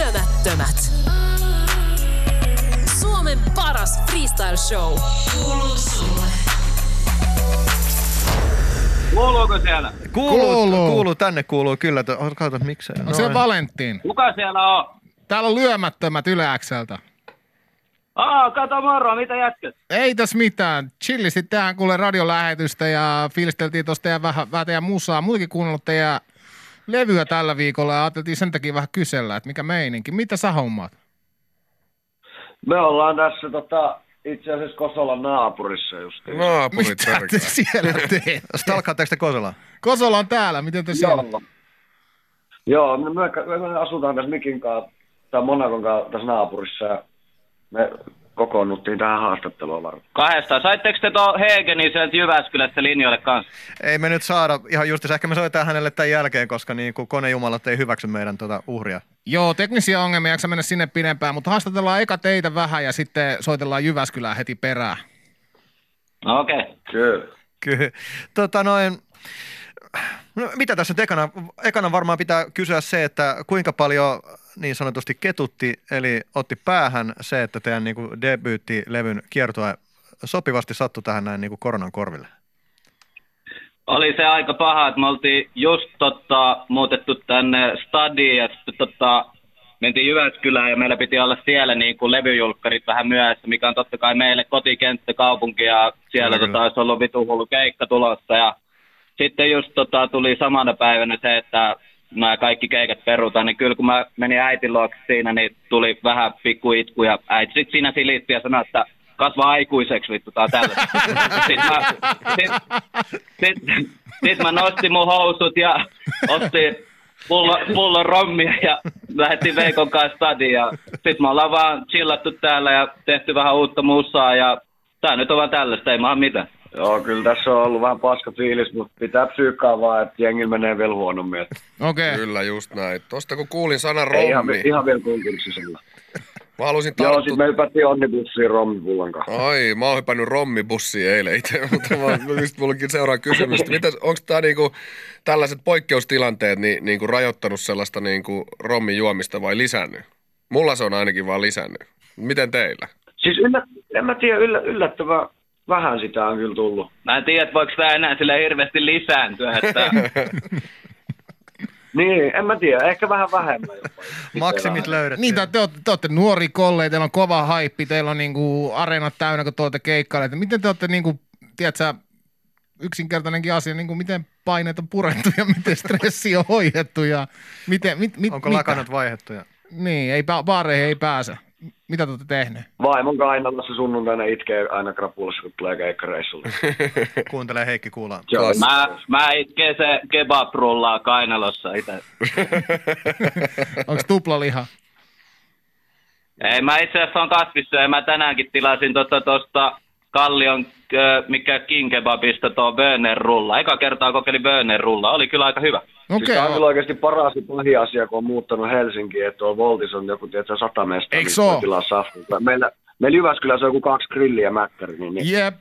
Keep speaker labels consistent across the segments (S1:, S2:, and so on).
S1: Välttämättömät. Suomen paras freestyle-show. Kuuluu sulle.
S2: Kuuluuko siellä?
S3: Kuuluu,
S4: Kuuluu.
S3: kuuluu. kuuluu tänne kuuluu kyllä. To- Katsotaan miksei.
S4: No se on Valentin.
S2: Kuka siellä on?
S4: Täällä on lyömättömät yläkseltä.
S2: Aa, kato moro, mitä jätkät?
S4: Ei tässä mitään. Chillisti tähän kuule radiolähetystä ja fiilisteltiin tuosta teidän vähän, vähän teidän musaa. Muutenkin kuunnellut teidän levyä tällä viikolla ja ajateltiin sen takia vähän kysellä, että mikä meininki. Mitä sä hommaat?
S5: Me ollaan tässä tota, itse asiassa Kosolan naapurissa just.
S4: niin.
S6: Naapurit
S4: Mitä te
S6: tarkoittaa.
S4: siellä teet?
S3: Sitten alkaatteko te Kosolaa?
S4: Kosola on täällä, miten te siellä?
S5: Joo. Joo, me, me, me asutaan tässä Mikin kanssa, tai Monakon kanssa tässä naapurissa ja me kokoonnuttiin tähän haastattelua varten.
S2: Kahdesta. Saitteko te tuon Hegenin sieltä Jyväskylästä linjoille kanssa?
S3: Ei me nyt saada. Ihan just, ehkä me soitetaan hänelle tämän jälkeen, koska niin kuin konejumalat ei hyväksy meidän tuota uhria.
S4: Joo, teknisiä ongelmia, jaksa mennä sinne pidempään, mutta haastatellaan eka teitä vähän ja sitten soitellaan Jyväskylään heti perään.
S2: No okei. Okay.
S5: Kyllä.
S3: Kyllä. Tota noin, no, mitä tässä nyt ekana? Ekana varmaan pitää kysyä se, että kuinka paljon niin sanotusti ketutti, eli otti päähän se, että teidän niin kuin debyyttilevyn kiertoa sopivasti sattui tähän näin niin kuin koronan korville.
S2: Oli se aika paha, että me oltiin just tota, muutettu tänne stadiin ja sitten tota, mentiin Jyväskylään ja meillä piti olla siellä niin kuin levyjulkkarit vähän myöhässä, mikä on totta kai meille kotikenttä kaupunki ja siellä
S3: Kyllä,
S2: tota,
S3: kyllä.
S2: olisi ollut vitu hullu keikka tulossa ja sitten just tota, tuli samana päivänä se, että nämä kaikki keikat perutaan, niin kyllä kun mä menin äitin luokse siinä, niin tuli vähän pikku itku ja äiti sit siinä silitti ja sanoi, että kasva aikuiseksi vittu tää on tällaista. Sitten mä, sit, sitten sit mä nostin mun housut ja otin pullo, pullon rommia ja lähdettiin Veikon kanssa stadiin. Ja sit me ollaan vaan chillattu täällä ja tehty vähän uutta musaa ja tää nyt on vaan tällaista, ei mä oo mitään.
S5: Joo, kyllä tässä on ollut vähän paska fiilis, mutta pitää psyykkaa vaan, että jengillä menee vielä huonommin. Että
S4: Okei. Okay.
S6: Kyllä, just näin. Tosta kun kuulin sanan
S5: ei ihan,
S6: rommi,
S5: ihan vielä konkurssisella.
S6: mä halusin
S5: Joo, sit
S6: tarttua...
S5: me hypättiin onnibussiin rommipullan kanssa.
S6: Ai, mä oon hypännyt rommibussiin eilen itse, mutta mä, just mullakin seuraa kysymystä. Mitäs, onko tää niinku, tällaiset poikkeustilanteet ni, niinku rajoittanut sellaista niinku rommin juomista vai lisännyt? Mulla se on ainakin vaan lisännyt. Miten teillä?
S5: Siis yllä, en mä tiedä, yllä, yllättävän vähän sitä on kyllä tullut.
S2: Mä en tiedä, että voiko tää enää sille hirveästi lisääntyä, että
S5: Niin, en mä tiedä, ehkä vähän vähemmän jopa.
S3: Maksimit löydettiin.
S4: Niin, tai te, ootte, te olette nuori kolle, teillä on kova haippi, teillä on niinku areenat täynnä, kun te olette keikkaille. Että Miten te olette, niinku, tiedätkö, yksinkertainenkin asia, niinku, miten paineet on purettu ja miten stressi on hoidettu ja miten, mit, mit,
S3: Onko
S4: mitä?
S3: lakanat vaihdettu? Ja...
S4: Niin, ei, pa- baareihin ei pääse. M- Mitä te olette tehneet?
S5: Vaimon kainalassa sunnuntaina itkee aina krapulassa, kun tulee keikkareissulle. Siis
S3: Kuuntelee Heikki Kuulaa.
S5: Joo,
S2: mä, mä itken se kebabrullaa kainalossa itse.
S4: Onko tuplaliha?
S2: Ei, mä itse asiassa on kasvissa ja mä tänäänkin tilasin tuosta tota, Kallion, ö, mikä King Kebabista tuo Böner rulla. Eka kertaa kokeilin Böner rulla, oli kyllä aika hyvä.
S5: Siis
S4: Okei.
S5: tää on
S4: Okay,
S5: kyllä oikeasti paras ja pahin asia, kun on muuttanut Helsinkiin, että tuolla Voltis on joku, tiedätkö, sata mestaa,
S4: Eikö
S5: missä
S4: se
S5: voi
S4: oo?
S5: tilaa safkaa. Meillä, meillä Jyväskylässä on joku kaksi grilliä ja mäkkäri, niin, niin
S4: Jep.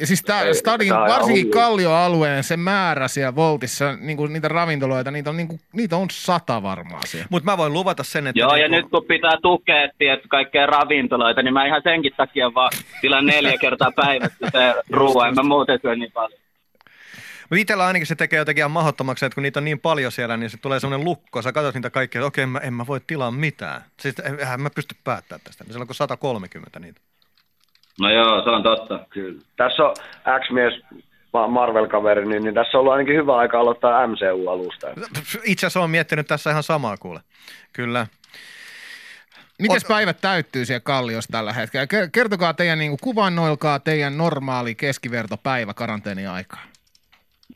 S4: Ja siis tää
S5: Ei,
S4: stadin,
S5: tää on
S4: varsinkin
S5: hullu.
S4: kallioalueen, se määrä siellä Voltissa, niinku niitä ravintoloita, niitä on, niinku, niitä on sata varmaan siellä.
S3: Mutta mä voin luvata sen, että...
S2: Joo, ja
S3: niinku-
S2: nyt kun pitää tukea tietty kaikkea ravintoloita, niin mä ihan senkin takia vaan tilan neljä kertaa päivässä se ruoan, en mä muuten syö niin paljon.
S3: Mutta itsellä ainakin se tekee jotenkin ihan mahdottomaksi, että kun niitä on niin paljon siellä, niin se tulee semmoinen lukko. Sä katsot niitä kaikkia, että okei, en mä, en mä voi tilaa mitään. Siis en- enhän mä pysty päättämään tästä. Niin Siellä on kuin 130 niitä.
S2: No joo, se on totta.
S5: kyllä. Tässä on X-mies Ma- Marvel-kaveri, niin, niin tässä on ollut ainakin hyvä aika aloittaa MCU-alusta.
S3: Itse asiassa olen miettinyt tässä ihan samaa kuule. Kyllä.
S4: Mites päivät täyttyy siellä kalliossa tällä hetkellä? Ker- Kertokaa teidän, niinku, kuvannoilkaa teidän normaali keskivertopäivä karanteeniaikaa.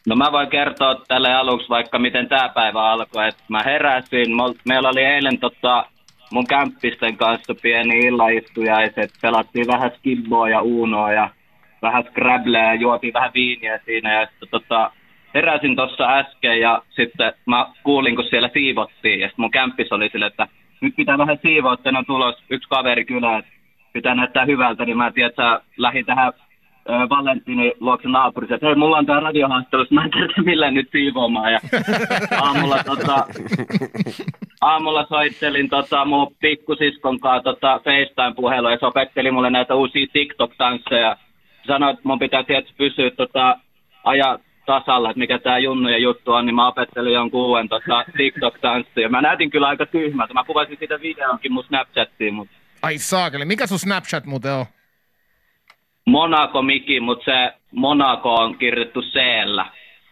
S2: No mä voin kertoa tälle aluksi vaikka miten tämä päivä alkoi. Et mä heräsin, mä ol- meillä oli eilen tota, mun kämppisten kanssa pieni illaistujaiset. Pelattiin vähän skibboa ja uunoa ja vähän scrabbleä ja juotiin vähän viiniä siinä. Ja sitten tota, heräsin tuossa äsken ja sitten mä kuulin, kun siellä siivottiin. Ja sitten mun kämppis oli sille, että nyt pitää vähän siivoa, että on tulos yksi kaveri kylään. että Pitää näyttää hyvältä, niin mä tiedän, että sä lähdin tähän ö, Valentini luokse naapurissa, että hei, mulla on tää radiohaastattelu, että mä en kerta millään nyt siivoamaan. Ja aamulla, tota, aamulla soittelin tota, mun pikkusiskon kanssa tota, FaceTime-puhelua ja se opetteli mulle näitä uusia TikTok-tansseja. Sanoi, että mun pitää tietysti pysyä tota, aja tasalla, että mikä tämä junnujen juttu on, niin mä opettelin jonkun uuden tota, TikTok-tanssia. Mä näytin kyllä aika tyhmältä. Mä kuvasin sitä videonkin mun Snapchattiin, mutta
S4: Ai saakeli, mikä sun Snapchat muuten on?
S2: Monaco Miki, mutta se Monaco on kirjoitettu c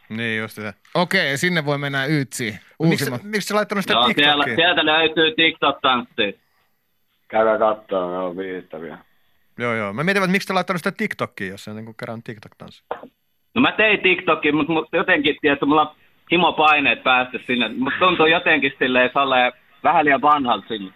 S3: Niin just se.
S4: Okei, sinne voi mennä ytsiin.
S3: Miksi,
S4: Uusimmat.
S3: miksi sä laittanut sitä
S2: Joo, siellä,
S3: TikTokiin?
S2: sieltä löytyy TikTok-tanssi.
S5: Käydään katsomaan, ne on viihdyttäviä.
S3: Joo, joo. Mä mietin, että miksi sä laittanut sitä TikTokiin, jos sä niin kerran TikTok-tanssi.
S2: No mä tein TikTokin, mutta mut jotenkin, tiedätkö, mulla on himopaineet päästä sinne. Mutta tuntuu jotenkin silleen salee vähän liian vanhalta sinne.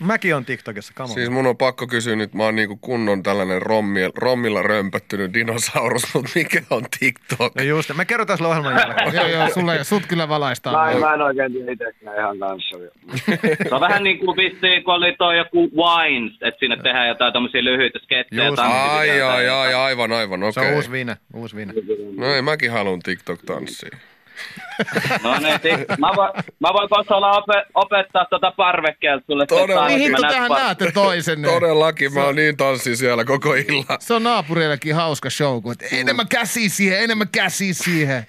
S3: Mäkin on TikTokissa, come on.
S6: Siis mun on pakko kysyä nyt, mä oon niinku kunnon tällainen rommi, rommilla römpöttynyt dinosaurus, mutta mikä on TikTok?
S3: No just, me kerrotaan sulle ohjelman jälkeen.
S4: joo, joo, sulle, sut kyllä
S5: Mä
S4: valaistaan. Niin
S5: en, mä en oikein tiedä itsekään ihan kanssa.
S2: Se on vähän niin kuin vissiin, kun oli toi joku Wines, että sinne tehdään jotain tämmöisiä lyhyitä skettejä.
S3: Just.
S6: Ai,
S2: tanssivideoita.
S6: ai, ai, aivan, aivan,
S3: Se
S6: okei.
S3: on
S6: Okay.
S3: uusi viine, uusi viine.
S6: No ei, mäkin haluan TikTok-tanssia.
S2: No niin, sit, mä, voin, mä voin Kosola ope, opettaa tuota parvekkeelta sulle. sen
S6: Todella.
S2: tanssin.
S4: Niin
S2: Mä
S4: hitto
S2: näet
S4: tähän
S2: par-
S4: näette toisenne.
S6: Todellakin, mä oon niin tanssi siellä koko illan.
S4: Se on naapureillekin hauska show, kun et enemmän käsiä siihen, enemmän käsiä siihen.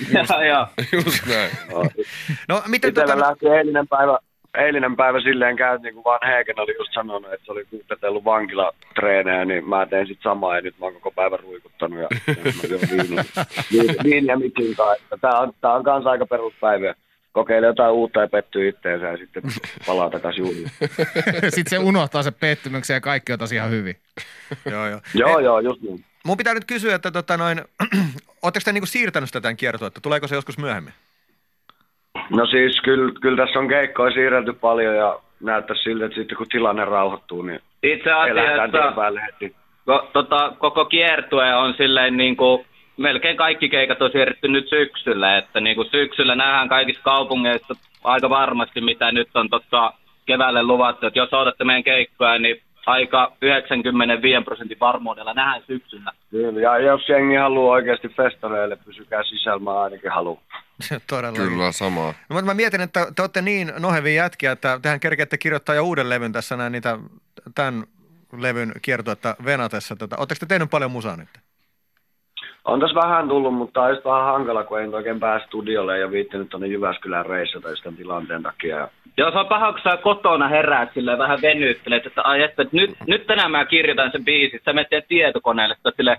S2: Joo, joo.
S6: Just näin.
S3: No, miten
S5: Itellä
S3: tota...
S5: lähti eilinen päivä, eilinen päivä silleen käyt, niin kuin vaan Heiken oli just sanonut, että se oli kuutetellut vankilatreenejä, niin mä tein sit samaa ja nyt mä oon koko päivän ruikuttanut ja, ja mä juon viiniä. Viin- viiniä mikin kanssa. Että Tää on, tää on kans aika peruspäivä. Kokeile jotain uutta ja pettyy itteensä ja sitten palaa takaisin juhliin.
S4: Sitten se unohtaa se pettymyksen ja kaikki on taas ihan hyvin.
S3: Joo, joo.
S5: Joo, joo, just niin.
S3: Mun pitää nyt kysyä, että tota noin, ootteko te niinku siirtänyt sitä tämän kiertoa, että tuleeko se joskus myöhemmin?
S5: No siis kyllä, kyllä tässä on keikkoja siirrelty paljon ja näyttää siltä, että sitten kun tilanne rauhoittuu, niin
S2: Itse
S5: ei lähdetään tien
S2: asiassa
S5: päälle heti.
S2: ko, tota, koko kiertue on silleen niin kuin, melkein kaikki keikat on siirretty nyt syksyllä. Että niin kuin syksyllä nähdään kaikissa kaupungeissa aika varmasti, mitä nyt on tota, keväälle luvattu. Että jos odotatte meidän keikkoja, niin aika 95 prosentin varmuudella nähdään syksyllä.
S5: Kyllä, ja jos jengi haluaa oikeasti festareille, pysykää sisällä, mä ainakin haluan.
S3: Todella.
S6: Kyllä, samaa.
S3: No, mutta mä mietin, että te olette niin nohevia jätkiä, että tehän kerkeätte kirjoittaa jo uuden levyn tässä näin niitä tämän levyn kiertuetta venatessa. Tätä. Oletteko te tehnyt paljon musaa nyt?
S5: On tässä vähän tullut, mutta on just vähän hankala, kun ei nyt oikein pääse studiolle ja viittinyt tuonne Jyväskylän reissata just tämän tilanteen takia. Ja
S2: Joo, se on paha, kun sä kotona heräät sille vähän venyttelet, että ai että nyt, nyt tänään mä kirjoitan sen biisin. Sä menet siihen tietokoneelle, että sille,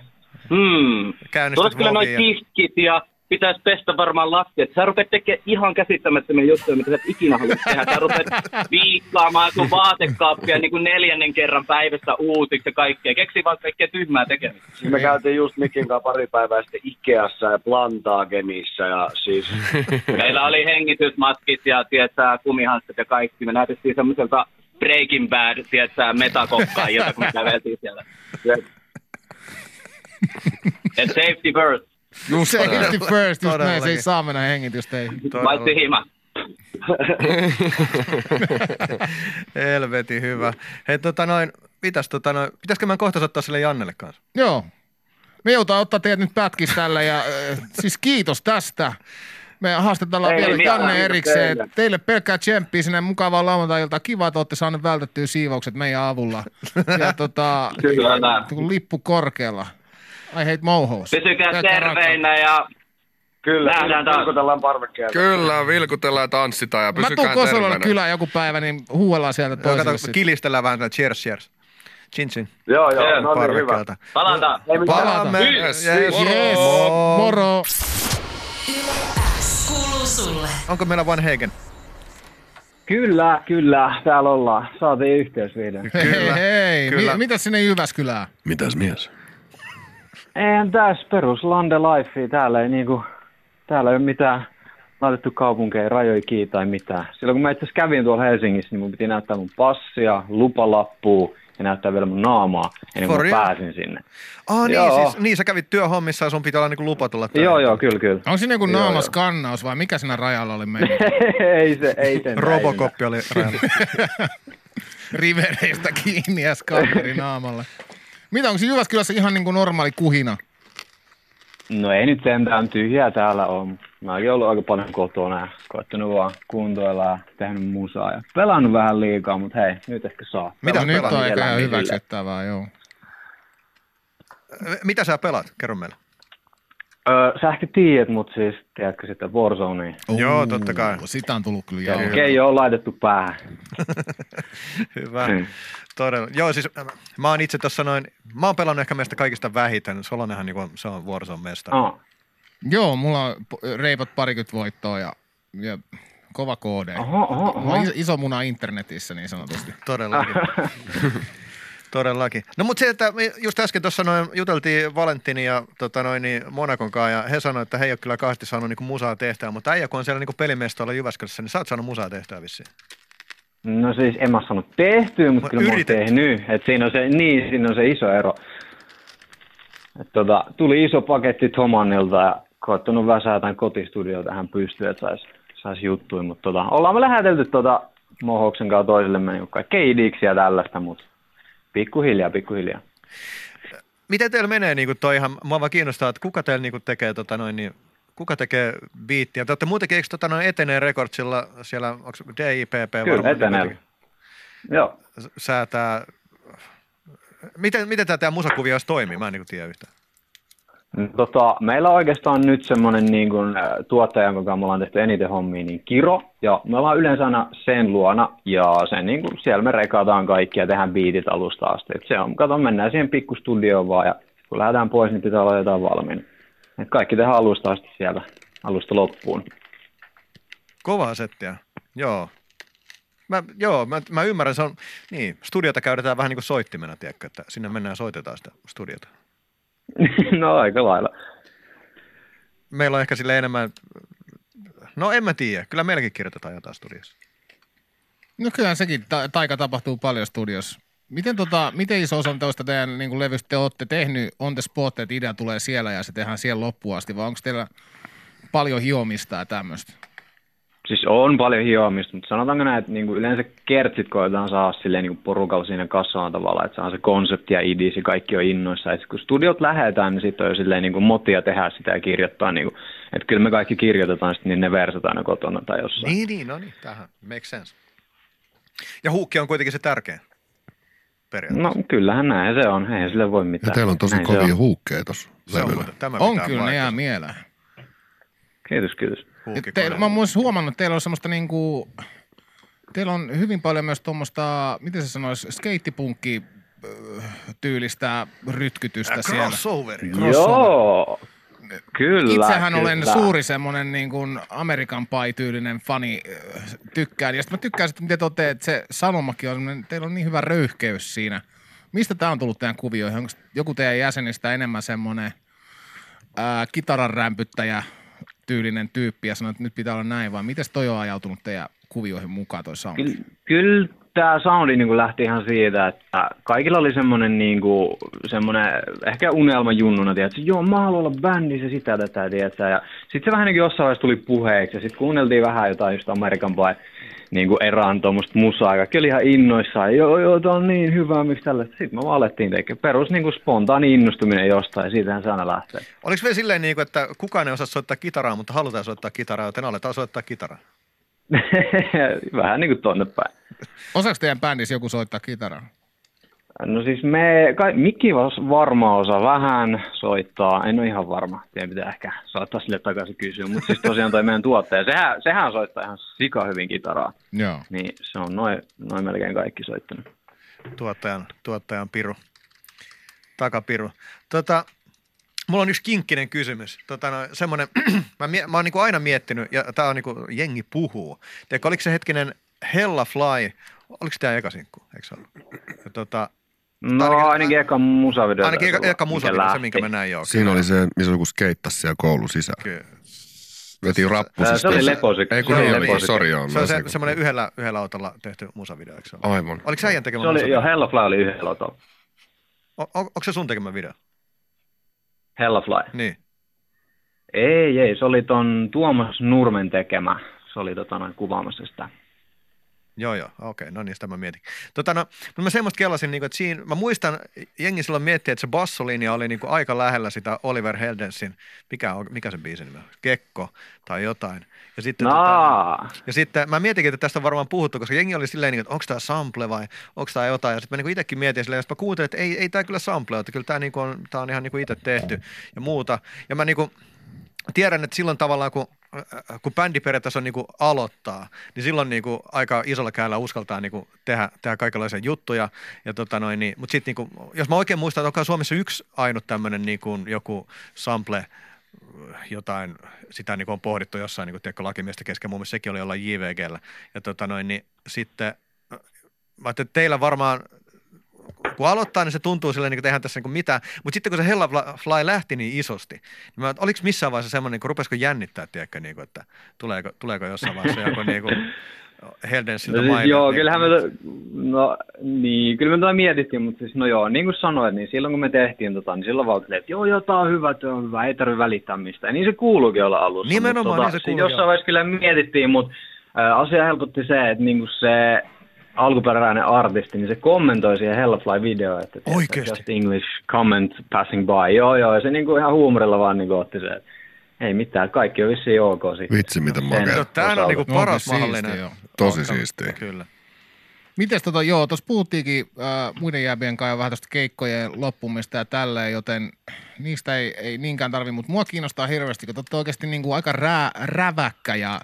S2: hmm,
S3: Käynnistät
S2: tuolla kyllä noin
S3: vlogia.
S2: kiskit ja pitäisi pestä varmaan lattiat. Sä rupeat tekemään ihan käsittämättömiä juttuja, mitä sä et ikinä haluat tehdä. Sä rupeat viikkaamaan sun vaatekaappia niin kuin neljännen kerran päivässä uusiksi ja kaikkea. Keksi vaan kaikkea tyhmää tekemistä.
S5: me käytiin just Mikin kanssa pari päivää sitten Ikeassa ja Plantaagenissa ja siis
S2: Meillä oli hengitysmaskit ja tietää kumihanskat ja kaikki. Me näytettiin semmoiselta Breaking Bad, tietää metakokkaa ilta, kun me käveltiin siellä.
S5: se-
S2: Et safety first,
S4: Just Safety first, just näin. Se ei
S3: Todellakin.
S4: saa mennä hengitysteihin.
S2: paitsi hima.
S3: Helvetin hyvä. Hei, tota noin, mitäs, tota noin, pitäisikö mä kohta ottaa sille Jannelle kanssa?
S4: Joo. Me joutaa ottaa teidät nyt pätkistä tällä ja äh, siis kiitos tästä. Me haastatellaan
S5: Ei
S4: vielä
S5: mitään,
S4: Janne
S5: kiitos
S4: erikseen.
S5: teille.
S4: Teille pelkkää tsemppiä sinne mukavaa lauantai Kiva, että olette saaneet vältettyä siivoukset meidän avulla. Ja tota,
S2: Kyllä.
S4: kun lippu korkealla. I hate mohous.
S2: Pysykää terveinä ja
S5: kyllä,
S2: Nähdään
S5: kyllä
S2: taas.
S5: kurkutellaan parvekkeella.
S6: Kyllä, vilkutellaan ja tanssitaan
S4: Mä
S6: ja
S4: tuun
S6: pysykää
S4: Kosolalle
S6: terveenä.
S4: kylään joku päivä, niin huuellaan sieltä
S3: Joo,
S4: toiselle.
S3: kato,
S4: sitten.
S3: kilistellään vähän, tätä, cheers, cheers. Chin chin,
S5: Joo,
S2: Joo,
S5: joo, no niin, hyvä.
S3: parvekkeelta.
S2: palataan.
S3: Palaamme.
S6: Yes.
S3: Yes.
S6: Moro.
S4: Yes,
S3: Moro.
S4: moro.
S1: Kuuluu sulle.
S3: Onko meillä Van Heiken?
S7: Kyllä, kyllä, täällä ollaan. Saatiin yhteys vihdoin.
S4: Hei, hei.
S3: kyllä.
S4: Mi- mitä sinne Jyväskylään?
S6: Mitäs mies?
S7: En tässä perus Lande Life, täällä ei niinku, täällä ei ole mitään laitettu kaupunkeen rajoja kiinni tai mitään. Silloin kun mä itse asiassa kävin tuolla Helsingissä, niin mun piti näyttää mun passia, lupalappua ja näyttää vielä mun naamaa ennen kuin
S3: For
S7: mä
S3: real?
S7: pääsin sinne.
S3: Ah niin,
S7: Joo.
S3: siis, niin, sä kävit työhommissa ja sun pitää olla niinku lupa tulla tänne.
S7: Joo, joo, kyllä, kyllä.
S4: Onko siinä joku naamaskannaus vai mikä siinä rajalla oli meillä?
S7: ei se, ei sen.
S3: Robocop oli rajalla.
S4: rivereistä kiinni ja skanneri naamalla. Mitä, onko se niinku Jyväskylässä ihan niin kuin normaali kuhina?
S7: No ei nyt sentään tyhjää täällä on. Mäkin ollut aika paljon kotona ja koettanut vaan kuntoilla ja tehnyt musaa ja pelannut vähän liikaa, mutta hei, nyt ehkä saa.
S3: Mitä
S4: No nyt on
S3: pelaat?
S4: aika ihan
S7: Elämille.
S4: hyväksyttävää, joo.
S3: Eh, Mitä sä pelaat? Kerro meille.
S7: Öö, sä ehkä tiedät, mutta siis tiedätkö sitten Warzoneen.
S3: Joo, totta kai.
S4: Sitä on tullut kyllä
S7: Joo.
S4: jälleen.
S7: Keijo on laitettu päähän.
S3: Hyvä.
S7: Mm.
S3: Todella. Joo, siis äh, mä oon itse tuossa noin, mä oon pelannut ehkä meistä kaikista vähiten. Solonenhan niinku, se on Warzone mestari.
S7: Oh.
S4: Joo, mulla on po- reipat parikymmentä voittoa ja, ja kova KD.
S7: Oho, oho,
S4: Mulla
S7: oho.
S4: on iso, iso muna internetissä niin sanotusti.
S3: Todellakin. Todellakin. No mutta se, että me just äsken tuossa noin juteltiin Valentini ja tota noin, niin Monakon kanssa ja he sanoivat, että he ei ole kyllä kahdesti saanut niinku musaa tehtävä, mutta äijä kun on siellä niinku pelimestolla Jyväskylässä, niin sä oot saanut musaa tehtävä vissiin.
S7: No siis en mä sano tehtyä, mutta
S3: Mä
S7: kyllä mä oon
S3: yritetty.
S7: tehnyt. Et siinä on se, niin, siinä on se iso ero. Et tota, tuli iso paketti Tomanilta ja koettanut väsää tämän kotistudio tähän pystyyn, että sais, sais juttuja. Mutta tota, ollaan me lähetelty tota Mohoksen kanssa toisillemme niin kaikkea idiksi ja tällaista, mutta pikkuhiljaa, pikkuhiljaa.
S3: Miten teillä menee niinku toi ihan, mua vaan kiinnostaa, että kuka teillä niinku tekee tota noin, niin, kuka tekee biittiä? Te olette muutenkin, eikö tota noin etenee rekordsilla siellä, onko DIPP
S7: Kyllä,
S3: varmaan?
S7: Eteneellä.
S3: jotenkin
S7: Joo.
S3: Säätää, miten, miten tämä musakuvio edes toimii? Mä en niinku tiedä yhtään.
S7: No Tota, meillä on oikeastaan nyt semmoinen niin kuin, tuottaja, jonka kanssa me ollaan tehty eniten hommia, niin Kiro. Ja me ollaan yleensä aina sen luona ja sen, niin kuin, siellä me rekataan kaikki ja tehdään biitit alusta asti. Et se on, kato, mennään siihen pikkustudioon vaan ja kun lähdetään pois, niin pitää olla jotain valmiina. Et kaikki tehdään alusta asti siellä, alusta loppuun.
S3: Kovaa settiä, joo. Mä, joo, mä, mä ymmärrän, se on, niin, studiota käydetään vähän niin kuin soittimena, tiedätkö, että sinne mennään ja soitetaan sitä studiota.
S7: no aika lailla.
S3: Meillä on ehkä sille enemmän, no en mä tiedä, kyllä meilläkin kirjoitetaan jotain studiossa.
S4: No kyllähän sekin ta- taika tapahtuu paljon studiossa. Miten, tota, miten iso osa tuosta teidän niin levystä te olette tehnyt on the spot, että idea tulee siellä ja se tehdään siellä loppuun asti, vai onko teillä paljon hiomista ja tämmöistä?
S7: Siis on paljon hioamista, mutta sanotaanko näin, että niinku yleensä kertsit koetaan saada silleen niinku porukalla siinä kasaan tavalla, että saa se konsepti ja idis ja kaikki on innoissa. Et kun studiot lähetään, niin sitten on jo silleen niinku motia tehdä sitä ja kirjoittaa. Niinku, että kyllä me kaikki kirjoitetaan sitten, niin ne versat aina kotona tai jossain.
S3: Niin, niin, no niin, tähän, make sense. Ja huukki on kuitenkin se tärkein periaatteessa.
S7: No kyllähän näin se on, eihän sille voi
S8: Niin. Ja
S7: mitään.
S8: teillä on tosi
S7: näin se
S8: kovia
S7: on.
S8: huukkeja tuossa
S7: No.
S3: se on,
S8: levyllä.
S3: muuten- tämä
S4: On
S3: pitää
S4: kyllä, ne
S3: paikkansa.
S4: jää mieleen.
S7: Kiitos, kiitos.
S3: Huukki
S4: Ja Teillä,
S3: kone.
S4: mä oon myös huomannut, että teillä on semmoista niinku, teillä on hyvin paljon myös tuommoista, miten se sanoisi, skeittipunkki tyylistä rytkytystä
S3: Äh,
S4: siellä.
S3: Crossoveri.
S7: Joo, kyllä.
S4: Itsehän
S7: kyllä.
S4: olen suuri semmoinen niin kuin Amerikan pai-tyylinen fani, äh, tykkään. Ja sitten mä tykkään, että miten te olette, että se sanomakin on semmoinen, teillä on niin hyvä röyhkeys siinä. Mistä tämä on tullut teidän kuvioihin? Onko joku teidän jäsenistä enemmän semmoinen ää, kitaran rämpyttäjä tyylinen tyyppi ja sanoo, että nyt pitää olla näin, vai miten toi on ajautunut teidän kuvioihin mukaan toi sound?
S7: Kyllä, kyllä tämä soundi niin lähti ihan siitä, että kaikilla oli semmoinen, niin kuin, semmoinen ehkä unelma junnuna, tiedätkö, joo mä haluan olla bändissä sitä tätä, tiedätkö, ja sitten se vähän niin jossain vaiheessa tuli puheeksi, ja sitten kuunneltiin vähän jotain just Amerikan vai niin kuin erään tuommoista musaa, kaikki oli ihan innoissaan, joo joo, tää on niin hyvä, miksi tällaista, sitten me vaan alettiin tekemään, perus niin kuin spontaani innostuminen jostain, ja siitähän se aina lähtee.
S3: Oliko vielä silleen, niin kuin, että kukaan ei osaa soittaa kitaraa, mutta halutaan soittaa kitaraa, joten aletaan soittaa kitaraa?
S7: vähän niin kuin tonne päin.
S4: Osaako teidän bändissä joku soittaa kitaraa?
S7: No siis me, kai, Mikki vas- varmaan osaa vähän soittaa, en ole ihan varma, teidän pitää ehkä saattaa sille takaisin kysyä, mutta siis tosiaan toi meidän tuottaja, sehän, sehän soittaa ihan sika hyvin kitaraa,
S4: Joo.
S7: niin se on noin noi melkein kaikki soittanut.
S3: tuottajan, tuottajan piru, takapiru. Tota, mulla on yksi kinkkinen kysymys. Tota, no, semmonen, mä, mie- mä oon niinku aina miettinyt, ja tää on niinku, jengi puhuu. Tiedätkö, oliko se hetkinen Hella Fly, oliko tämä eka sinkku, eikö se ollut? Ja Tota,
S7: No
S3: Ainakin-
S7: ainakin, ainakin eka musavideo.
S3: ainakin
S7: taisi
S3: eka,
S7: olla,
S3: eka musa, se
S7: lähti.
S3: minkä mä näin joo.
S8: Siinä oli se, missä joku skeittasi siellä koulun sisällä.
S3: Kyllä.
S8: Veti rappusista.
S7: Se oli leposik-
S8: Ei kun
S7: se
S8: niin
S7: oli
S8: olikin,
S7: leposik-
S8: sori joo.
S3: Se on
S8: mä
S3: se,
S8: sekoin.
S3: semmoinen yhdellä, yhdellä autolla tehty musavideo, eikö se ollut?
S8: Aivan.
S3: Oliko sä äijän tekemä
S7: Se oli,
S3: musavideo?
S7: joo, Hella Fly oli yhdellä otolla.
S3: O- o- onko se sun tekemä video?
S7: Hella Fly.
S3: Niin.
S7: Ei, ei, se oli ton Tuomas Nurmen tekemä, se oli tota noin kuvaamassa sitä.
S3: Joo, joo, okei, okay, no niin, sitä mä mietin. Tota, no, mutta mä semmoista kelasin, niin kuin, että siinä, mä muistan, jengi silloin mietti, että se bassolinja oli niin kuin aika lähellä sitä Oliver Heldensin, mikä, on, mikä se biisin nimi on, Kekko tai jotain. Ja sitten, tota-
S7: Naa.
S3: ja sitten mä mietinkin, että tästä on varmaan puhuttu, koska jengi oli silleen, niin kuin, että onko tämä sample vai onko tämä jotain. Ja sitten mä niin itsekin mietin silleen, jos mä kuuntelin, että ei, ei tämä kyllä sample, että kyllä tämä niin on, tää on ihan niin kuin itse tehty ja muuta. Ja mä niin kuin, tiedän, että silloin tavallaan kun äh, kun bändi periaatteessa on niin kuin aloittaa, niin silloin niin kuin aika isolla käällä uskaltaa niin kuin tehdä, tehdä kaikenlaisia juttuja. Ja tota noin, niin, mutta sitten niin kuin, jos mä oikein muistan, että onkaan Suomessa yksi ainut tämmöinen niin kuin joku sample, jotain, sitä niin kuin on pohdittu jossain niin kuin, tiedätkö, lakimiestä kesken, mun mielestä sekin oli jollain JVGllä. Ja tota noin, niin sitten äh, mä ajattelin, että teillä varmaan kun aloittaa, niin se tuntuu silleen, niin että eihän tässä niin mitään. Mutta sitten kun se Hella Fly lähti niin isosti, niin mä, että oliko missään vaiheessa semmoinen, niin rupesiko jännittää, tiedätkö, niin kuin, että tuleeko, tuleeko jossain vaiheessa joku niin kuin Heldensiltä
S7: No siis
S3: maine,
S7: joo,
S3: niin,
S7: kyllähän me, to- no niin, kyllä me tätä mietittiin, mutta siis no joo, niin kuin sanoit, niin silloin kun me tehtiin tota, niin silloin vaan oltiin, että joo, joo, tää on hyvä, tää on hyvä, ei tarvitse välittää mistään. Niin se kuuluukin olla alussa. mut
S3: Nimenomaan, niin se
S7: sit
S3: kuuluukin olla.
S7: Jossain vaiheessa kyllä mietittiin, mutta ä, asia helpotti se, että niin kuin se alkuperäinen artisti, niin se kommentoi siihen Hellfly-videoon, että tiedätkö,
S3: Oikeesti?
S7: just English comment passing by, joo joo, ja se niin kuin ihan huumorilla vaan niin kuin otti se, että ei mitään, kaikki on vissiin ok sitten. tota,
S8: Vitsi, miten makea.
S3: No, tämähän on niin kuin
S4: Onkin
S3: paras
S4: siistiä,
S3: mahdollinen.
S4: joo.
S8: Tosi siistiä.
S3: Kyllä.
S4: Mites tota, joo, tuossa puhuttiinkin äh, muiden jääbien kanssa vähän tuosta keikkojen loppumista ja tälleen, joten niistä ei, ei niinkään tarvi, mutta mua kiinnostaa hirveästi, kun te olette oikeasti niinku aika rää, räväkkä ja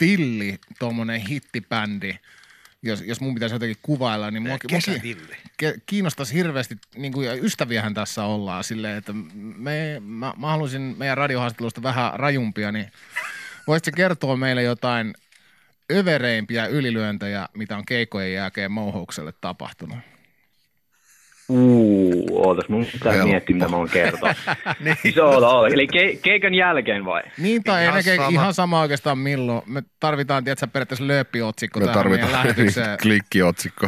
S4: villi tuommoinen hittibändi, jos, jos mun pitäisi jotenkin kuvailla, niin mua, mua,
S3: Kesävilli.
S4: ke- kiinnostaisi hirveästi, niin kuin, ja ystäviähän tässä ollaan silleen, että me, mä, mä haluaisin meidän radiohaastattelusta vähän rajumpia, niin voisitko kertoa meille jotain övereimpiä ylilyöntejä, mitä on keikkojen jälkeen mouhoukselle tapahtunut?
S7: Uu, ootas, mun pitää
S8: Helppo.
S7: miettiä, mitä mä oon kertoa. Se on, on. Eli ke, keikan jälkeen vai?
S4: Niin tai
S3: Ihan
S4: ihan, ennen,
S3: sama.
S4: sama. ihan sama oikeastaan milloin. Me tarvitaan, tiedätkö, periaatteessa lööppiotsikko
S8: Me
S4: tähän meidän
S8: tarvitaan niin
S4: lähetykseen.
S8: klikkiotsikko.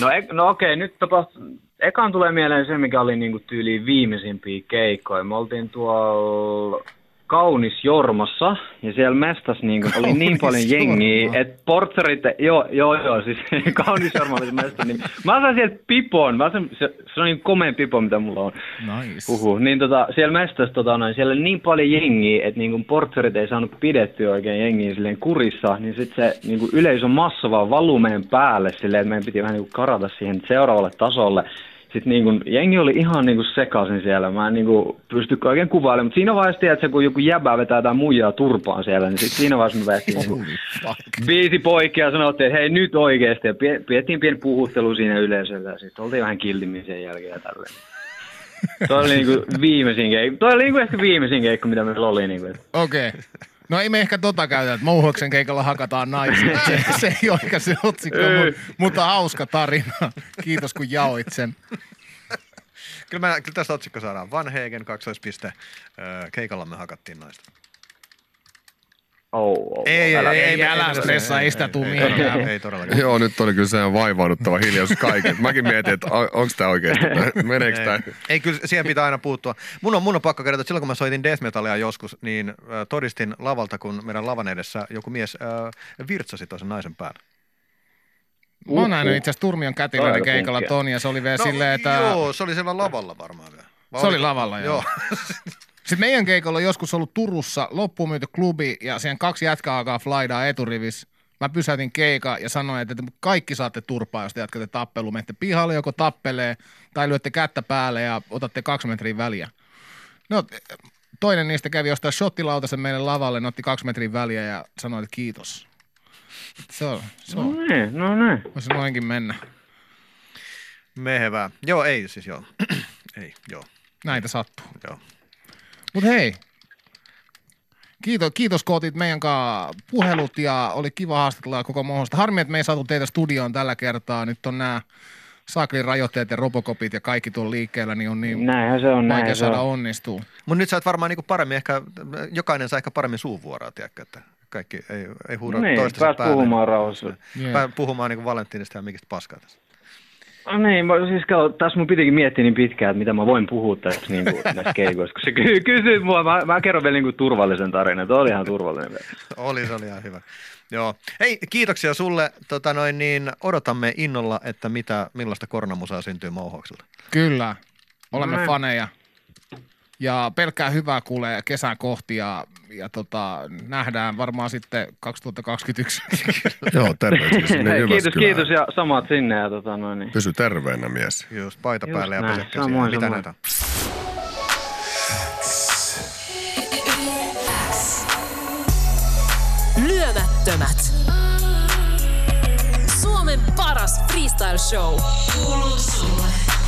S7: No, e, no okei, nyt tapahtui. Ekaan tulee mieleen se, mikä oli niinku tyyliin viimeisimpiä keikkoja. Me oltiin tuolla Kaunis Jormassa ja siellä mestas niinku, oli niin
S4: Kaunis
S7: paljon jengiä,
S4: Jorma.
S7: että portsarit, joo, joo, joo, siis Kaunis Jorma oli se mesta. Niin, mä sain sieltä pipon, mä sain, se, se on niin komea pipo, mitä mulla on.
S4: Nice.
S7: Uhu, niin tota, siellä mestassa tota, noin, siellä oli niin paljon jengiä, että niin portsarit ei saanut pidettyä oikein jengiä silleen kurissa, niin sitten se niin kuin yleisön massa vaan valuu meidän päälle silleen, että meidän piti vähän niin kuin karata siihen seuraavalle tasolle. Sitten niin kuin, jengi oli ihan niin kuin sekaisin siellä, mä en niin kuin, pysty oikein kuvailemaan, mutta siinä vaiheessa, että kun joku jäbä vetää jotain muijaa turpaan siellä, niin sit siinä vaiheessa me vedettiin niin kuin,
S4: Holy fuck.
S7: viisi poikia sanottiin, että hei nyt oikeasti, ja pie- pidettiin pieni puhuttelu siinä yleisöllä, ja sitten oltiin vähän kiltimmin sen jälkeen ja tälleen. Toi oli niinku viimeisin keikka, toi oli niinku ehkä viimeisin keikka, mitä meillä oli. Niinku. et-
S4: Okei. Okay. No ei me ehkä tota käytä, että mouhoksen keikalla hakataan naisia. Se, se ei ole ehkä se otsikko, mut, mutta hauska tarina. Kiitos kun jaoit sen.
S3: Kyllä, mä, kyllä tästä otsikko saadaan. Van Hegen, kaksoispiste. Öö, keikalla me hakattiin naista.
S7: Oh, oh,
S3: Ei,
S7: älä-
S3: ei,
S4: ei, älä
S3: ei,
S4: stressaa, ei sitä tuu mihinkään.
S3: Ei, ei todellakaan.
S8: Joo, nyt oli kyllä se vaivaannuttava hiljaisuus kaiken. Mäkin mietin, että onko tämä oikeasti, meneekö tämä?
S3: Ei, ei, kyllä siihen pitää aina puuttua. Mun on, mun on pakko kertoa, että silloin kun mä soitin death metalia joskus, niin äh, todistin lavalta, kun meidän lavan edessä joku mies äh, virtsasi toisen naisen päälle.
S4: Mä oon nähnyt itse asiassa Turmion kätilöiden
S7: Aika
S4: keikalla
S7: punkkia.
S4: ton ja se oli vielä no, silleen, että...
S3: Joo, se oli siellä lavalla varmaan vielä. Vai
S4: Se oli
S3: oliko-
S4: lavalla, joo. Sitten Siis meidän keikalla on joskus ollut Turussa loppuunmyyty klubi ja siihen kaksi jätkää alkaa flydaa eturivis. Mä pysäytin keika ja sanoin, että kaikki saatte turpaa, jos te jatkatte tappelua. Menette pihalle joko tappelee tai lyötte kättä päälle ja otatte kaksi metriä väliä. No, toinen niistä kävi jostain shottilautasen meille lavalle, ne otti kaksi metriä väliä ja sanoi, että kiitos. Se on, se on.
S7: No niin, no niin.
S4: Voisi noinkin mennä.
S3: Mehevää. Joo, ei siis joo. ei, joo,
S4: Näitä sattuu.
S3: joo.
S4: Mut hei, kiitos, kiitos kun otit meidän kanssa puhelut ja oli kiva haastatella koko mohosta. Harmi, että me ei saatu teitä studioon tällä kertaa. Nyt on nämä saaklin rajoitteet ja robokopit ja kaikki tuolla liikkeellä, niin on niin
S7: Näinhän se on,
S4: vaikea
S7: näinhän No, se
S4: saada
S7: on.
S4: onnistua.
S3: Mutta nyt sä oot varmaan niinku paremmin ehkä, jokainen saa ehkä paremmin suuvuoroa, tiedätkö, että kaikki ei, ei huuda
S7: Niin,
S3: toistensa
S7: pääs
S3: päälle.
S7: puhumaan rauhassa.
S4: Jee.
S3: Pää- puhumaan niinku Valentinista ja mikistä paskaa tässä.
S7: Niin, mä, siis kato, tässä mun pitikin miettiä niin pitkään, että mitä mä voin puhua tässä niin kuin, näistä keikoista. Kun se ky- kysyy mua, mä, mä kerron vielä niin kuin turvallisen tarinan. Tuo oli ihan turvallinen. vielä.
S3: Oli, se oli ihan hyvä. Joo. Hei, kiitoksia sulle. Tota noin, niin odotamme innolla, että mitä, millaista koronamusaa syntyy Mouhokselta.
S4: Kyllä,
S7: No
S4: olemme Näin. faneja. Ja pelkkää hyvää kuulee kesän kohti ja, ja tota, nähdään varmaan sitten 2021.
S8: Joo, terveisiä sinne
S7: Niin Hei, kiitos,
S8: Jyväskylään.
S7: kiitos ja samat sinne. Ja, tota, noin, niin.
S8: Pysy terveenä, mies.
S3: Just paita
S7: Just
S3: päälle ja
S7: näin.
S3: pese käsiä.
S7: Samoin,
S3: Mitä
S7: samoin.
S3: näitä on?
S1: Lyömättömät. Suomen paras freestyle show. Kuuluu sulle.